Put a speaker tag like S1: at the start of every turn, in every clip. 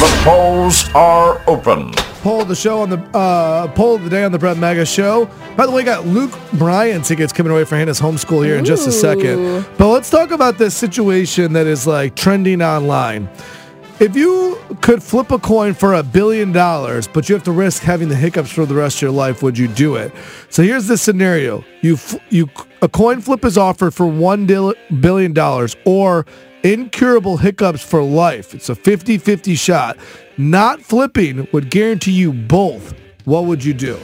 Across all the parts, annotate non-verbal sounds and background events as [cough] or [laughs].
S1: The polls are open.
S2: poll of the show on the uh, poll of the day on the Brett Mega Show. By the way, got Luke Bryan tickets coming away for Hannah's homeschool here in just a second. But let's talk about this situation that is like trending online. If you could flip a coin for a billion dollars, but you have to risk having the hiccups for the rest of your life, would you do it? So here's the scenario: you f- you a coin flip is offered for one dil- billion dollars or incurable hiccups for life. It's a 50-50 shot. Not flipping would guarantee you both. What would you do?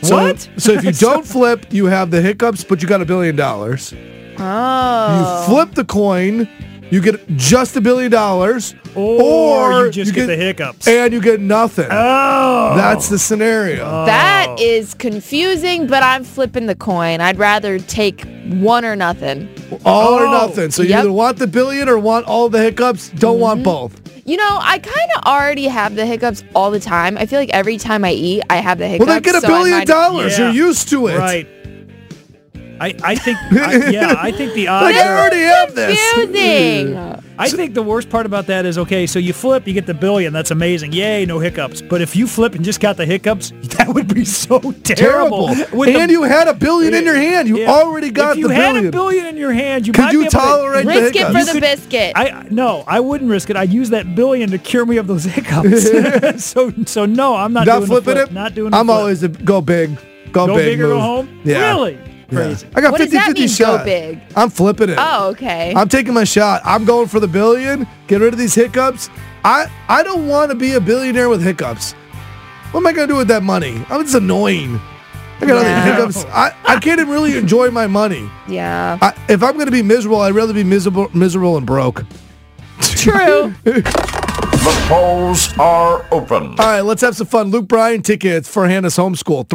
S2: So,
S3: What?
S2: So if you don't flip, you have the hiccups, but you got a billion dollars.
S3: Oh.
S2: You flip the coin, you get just a billion dollars,
S3: Or, you just get, the hiccups.
S2: and you get nothing.
S3: oh.
S2: That's the scenario.
S4: That is confusing, but I'm flipping the coin. I'd rather take one or nothing.
S2: all or
S3: Oh.
S2: nothing. So you
S4: Yep.
S2: either want the billion or want all the hiccups. Don't want
S3: Mm-hmm.
S2: both.
S4: You know, I kind of already have the hiccups all the time. I feel like every time I eat, I have the hiccups.
S2: Well, then get a
S4: so I
S2: billion
S4: might-
S2: dollars.
S3: Yeah.
S2: You're used to it.
S3: Right. I, I think I, yeah I think
S2: [laughs]
S3: the
S2: Like
S3: odds
S2: I
S3: are,
S2: already have this.
S4: Confusing.
S3: I think the worst part about that is okay so you flip you get the billion that's amazing yay no hiccups but if you flip and just got the hiccups [laughs] that would be so terrible,
S2: [laughs] Terrible.
S3: With the-
S2: and you had a billion in your hand. You
S3: yeah.
S2: already got
S3: if you
S2: the
S3: had
S2: billion.
S3: a billion in your hand you
S2: Could
S3: might be
S2: you
S3: able to-
S2: tolerate the
S4: Risk it
S2: hiccups?
S4: for the biscuit.
S3: I no, I wouldn't risk it. I'd use that billion to cure me of
S2: [laughs]
S3: those [laughs] hiccups. so so no, I'm not,
S2: not
S3: doing
S2: flipping
S3: the flip.
S2: it.
S3: Not doing. the
S2: I'm
S3: flip.
S2: always a go big. Go,
S3: go
S2: big.
S3: big or
S2: move.
S3: go home.
S2: Yeah.
S3: Really
S2: Yeah.
S3: crazy.
S2: I got
S4: What
S2: 50
S4: does that
S2: 50
S4: mean, go
S2: shot.
S4: big?
S2: I'm flipping it.
S4: oh, okay.
S2: I'm taking my shot. I'm going for the billion. Get rid of these hiccups. I I don't want to be a billionaire with hiccups. What am I gonna do with that money? I'm just annoying. I got all
S4: No.
S2: these hiccups. I, I can't even really enjoy my money. [laughs]
S4: yeah.
S2: I, if I'm gonna be miserable, I'd rather be miserable miserable and broke.
S4: True.
S1: The polls are open.
S2: All right, let's have some fun. Luke Bryan tickets for Hannah's Homeschool.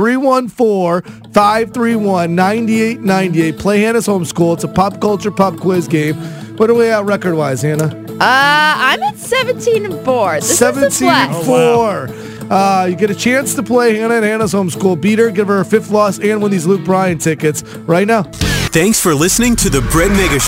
S2: 314-531-9898. Play Hannah's Homeschool. It's a pop culture pop quiz game. What are we at record wise, Hannah?
S4: uh, I'm at 17 and 4. This is a
S2: 17
S4: flex.
S2: 4. Uh, you get a chance to play Hannah and Hannah's homeschool. Beat her, give her a fifth loss, and win these Luke Bryan tickets right now.
S5: Thanks for listening to the Brett Mega Show.
S4: Mm,